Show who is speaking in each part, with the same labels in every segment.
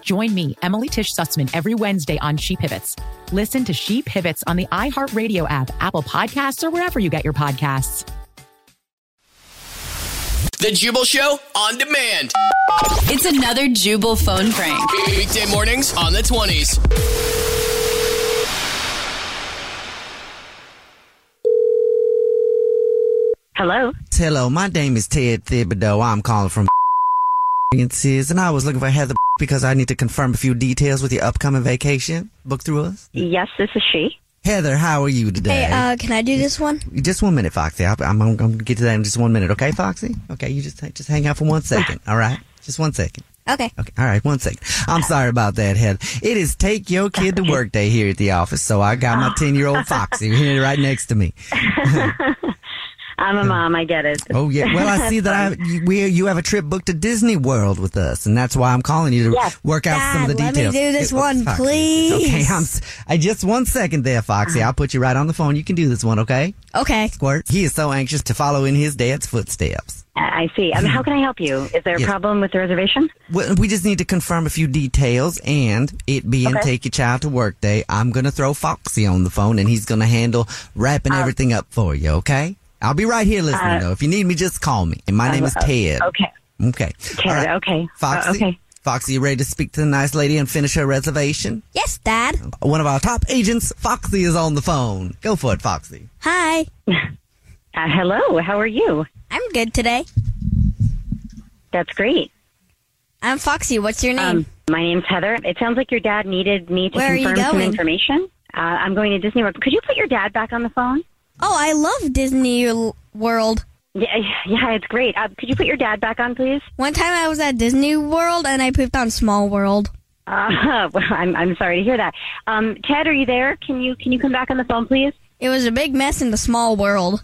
Speaker 1: Join me, Emily Tish Sussman, every Wednesday on She Pivots. Listen to She Pivots on the iHeartRadio app, Apple Podcasts, or wherever you get your podcasts.
Speaker 2: The Jubal Show on demand.
Speaker 3: It's another Jubal phone prank.
Speaker 2: Weekday mornings on the 20s.
Speaker 4: Hello.
Speaker 5: Hello, my name is Ted Thibodeau. I'm calling from experiences, and I was looking for Heather because I need to confirm a few details with your upcoming vacation. Book through us.
Speaker 4: Yes, this is she.
Speaker 5: Heather, how are you today?
Speaker 3: uh, can I do this one?
Speaker 5: just one minute, Foxy. I, I'm, I'm going to get to that in just one minute, okay, Foxy? Okay, you just just hang out for one second, all right? Just one second.
Speaker 3: Okay.
Speaker 5: Okay, all right, one second. I'm sorry about that, Heather. It is take your kid to work day here at the office, so I got my 10 year old Foxy here right next to me.
Speaker 4: I'm a mom. I get it.
Speaker 5: Oh yeah. Well, I see that I you- we you have a trip booked to Disney World with us, and that's why I'm calling you to
Speaker 4: Yes.
Speaker 5: work out some of the
Speaker 3: Dad, let me
Speaker 5: details.
Speaker 3: do this
Speaker 5: Yeah,
Speaker 3: one,
Speaker 5: Foxy.
Speaker 3: please.
Speaker 5: Okay, I'm. s- I just one second there, Foxy. I'll put you right on the phone. You can do this one, okay?
Speaker 3: Okay.
Speaker 5: Squirt. He is so anxious to follow in his dad's footsteps.
Speaker 4: I I see. I mean, how can I help you? Is there a
Speaker 5: Yes.
Speaker 4: problem with the reservation?
Speaker 5: Well, we just need to confirm a few details, and it being
Speaker 4: Okay.
Speaker 5: take your child to work day, I'm gonna throw Foxy on the phone, and he's gonna handle wrapping
Speaker 4: Oh.
Speaker 5: everything up for you. Okay? I'll be right here listening though. If you need me, just call me. And my name is Ted.
Speaker 4: Uh, Okay.
Speaker 5: Okay. All right.
Speaker 4: okay.
Speaker 5: Foxy.
Speaker 4: Uh, okay.
Speaker 5: Foxy, you ready to speak to the nice lady and finish her reservation?
Speaker 3: Yes, Dad.
Speaker 5: One of our top agents, Foxy, is on the phone. Go for it, Foxy.
Speaker 3: Hi.
Speaker 4: Uh, hello. How are you?
Speaker 3: I'm good today.
Speaker 4: That's great.
Speaker 3: I'm Foxy. What's your name?
Speaker 4: Um, my name's Heather. It sounds like your dad needed me to
Speaker 3: Where are you
Speaker 4: confirm some
Speaker 3: going?
Speaker 4: information. Uh, I'm going to Disney World. Could you put your dad back on the phone?
Speaker 3: oh, I love Disney L- World.
Speaker 4: Yeah, yeah, it's great. Uh, could you put your dad back on, please?
Speaker 3: One time I was at Disney World and I pooped on Small World.
Speaker 4: Uh, well, I'm, I'm sorry to hear that. Um, Ted, are you there? Can you can you come back on the phone, please?
Speaker 3: It was a big mess in the Small World.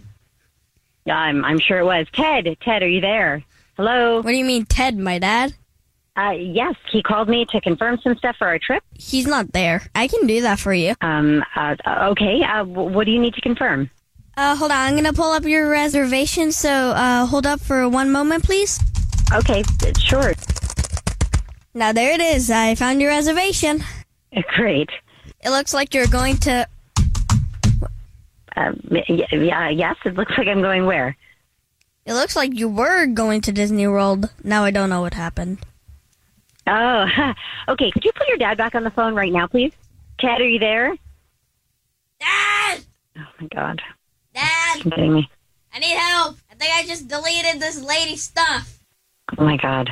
Speaker 4: Yeah, I'm, I'm sure it was. Ted, Ted, are you there? Hello.
Speaker 3: What do you mean, Ted, my dad?
Speaker 4: Uh, yes, he called me to confirm some stuff for our trip.
Speaker 3: He's not there. I can do that for you.
Speaker 4: Um, uh, okay, uh, w- what do you need to confirm?
Speaker 3: Uh, hold on. I'm gonna pull up your reservation. So, uh, hold up for one moment, please.
Speaker 4: Okay, th- sure.
Speaker 3: Now there it is. I found your reservation.
Speaker 4: Uh, Great.
Speaker 3: It looks like you're going to
Speaker 4: Um, y- y- yeah, yes, it looks like I'm going where?
Speaker 3: It looks like you were going to Disney World. Now I don't know what happened.
Speaker 4: Oh, okay. Could you put your dad back on the phone right now, please? Ted, are you there?
Speaker 3: Dad!
Speaker 4: Oh, my God.
Speaker 3: Dad!
Speaker 4: You're kidding me.
Speaker 3: I need help! I think I just deleted this lady's stuff.
Speaker 4: Oh, my God.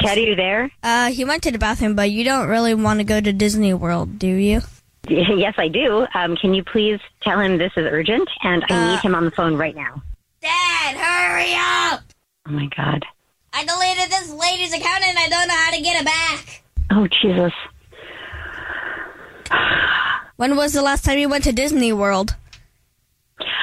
Speaker 4: Ted, are you there?
Speaker 3: Uh, he went to the bathroom, but you don't really want to go to Disney World, do you?
Speaker 4: Yes, I do. Um, can you please tell him this is urgent and
Speaker 3: Uh,
Speaker 4: I need him on the phone right now?
Speaker 3: Dad, hurry up!
Speaker 4: Oh, my God.
Speaker 3: I deleted this lady's account and I don't know how to get it back.
Speaker 4: Oh, Jesus.
Speaker 3: When was the last time you went to Disney World?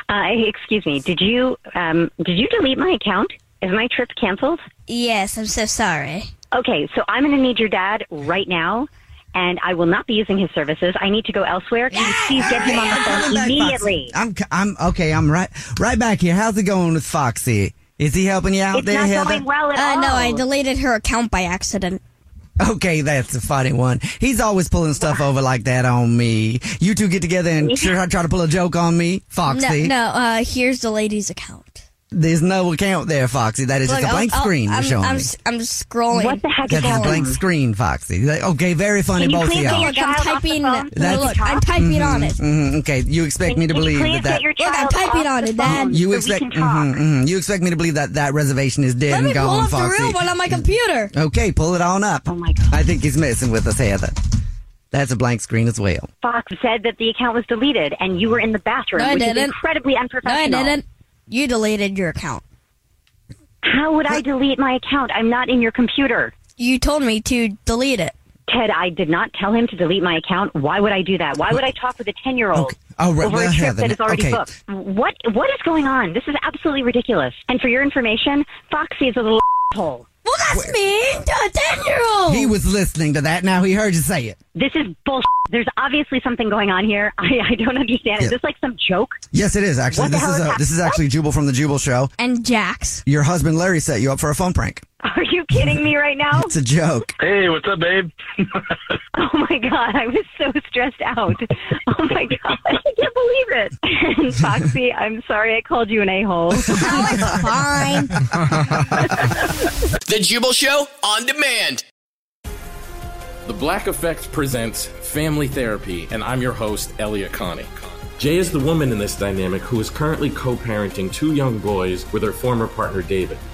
Speaker 4: Uh, excuse me. Did you um, did you delete my account? Is my trip canceled?
Speaker 3: Yes, I'm so sorry.
Speaker 4: Okay, so I'm going to need your dad right now, and I will not be using his services. I need to go elsewhere. Can you please get him on the phone immediately?
Speaker 5: I'm, c- I'm okay. I'm right, right back here. How's it going with Foxy? Is he helping you out
Speaker 3: It's
Speaker 5: there,
Speaker 3: not
Speaker 5: Heather?
Speaker 3: going well at Uh, no, all. I deleted her account by accident.
Speaker 5: Okay, that's a funny one. He's always pulling stuff over like that on me. You two get together and try, try to pull a joke on me, Foxy.
Speaker 3: No, no uh, here's the lady's account.
Speaker 5: There's no account there, Foxy. That is
Speaker 3: Look,
Speaker 5: just a
Speaker 3: I'll-
Speaker 5: blank
Speaker 3: I'll-
Speaker 5: screen
Speaker 3: I'm,
Speaker 5: you're showing
Speaker 3: I'm,
Speaker 5: me.
Speaker 3: s- I'm scrolling. What the heck
Speaker 5: That is a blank screen, Foxy. Like, Okay, very funny, both of y'all.
Speaker 3: Look, I'm typing.
Speaker 5: That's-
Speaker 3: Look, I'm typing
Speaker 5: Mhm,
Speaker 3: on it.
Speaker 5: mhm, okay, you expect me to believe that that
Speaker 3: Look, I'm typing on it. Dad.
Speaker 5: you expect mhm, mhm, you expect me to believe that that reservation is dead
Speaker 3: Let
Speaker 5: and
Speaker 3: me pull
Speaker 5: gone,
Speaker 3: up the
Speaker 5: Foxy.
Speaker 3: real one on my computer.
Speaker 5: Okay, pull it on up. Oh my god! I think he's messing with us, Heather. That's a blank screen as well.
Speaker 4: Fox said that the account was deleted, and you were in the bathroom,
Speaker 3: No, I
Speaker 4: which is
Speaker 3: didn't.
Speaker 4: incredibly
Speaker 3: No, I
Speaker 4: unprofessional.
Speaker 3: didn't. You deleted your account.
Speaker 4: How would I delete my account? I'm not in your computer.
Speaker 3: You told me to delete it.
Speaker 4: Ted, I did not tell him to delete my account. Why would I do that? Why would I talk with a ten-year-old
Speaker 5: All right,
Speaker 4: over
Speaker 5: well,
Speaker 4: a trip
Speaker 5: Heather,
Speaker 4: that is already
Speaker 5: okay.
Speaker 4: booked? What What is going on? This is absolutely ridiculous. And for your information, Foxy is a little hole.
Speaker 3: Well, that's me, a ten-year-old.
Speaker 4: Oh.
Speaker 5: He was listening to that. Now he heard you say it.
Speaker 4: This is bullshit. There's obviously something going on here. I, I don't understand. Is this like some joke?
Speaker 5: Yes, it is actually.
Speaker 4: What the
Speaker 5: This
Speaker 4: hell
Speaker 5: is
Speaker 4: is
Speaker 5: a,
Speaker 4: hap-
Speaker 5: this is actually Jubal from the Jubal Show.
Speaker 3: And Jax.
Speaker 5: Your husband Larry set you up for a phone prank.
Speaker 4: Are you kidding me right now?
Speaker 5: It's a joke.
Speaker 6: Hey, what's up, babe?
Speaker 4: Oh my god, I was so stressed out. Oh my god, I can't believe it. And Foxy, I'm sorry I called you an a hole.
Speaker 3: fine.
Speaker 2: The Jubal Show on demand.
Speaker 7: The Black Effect presents Family Therapy, and I'm your host, Elliot Connick. Jay is the woman in this dynamic who is currently co parenting two young boys with her former partner, David.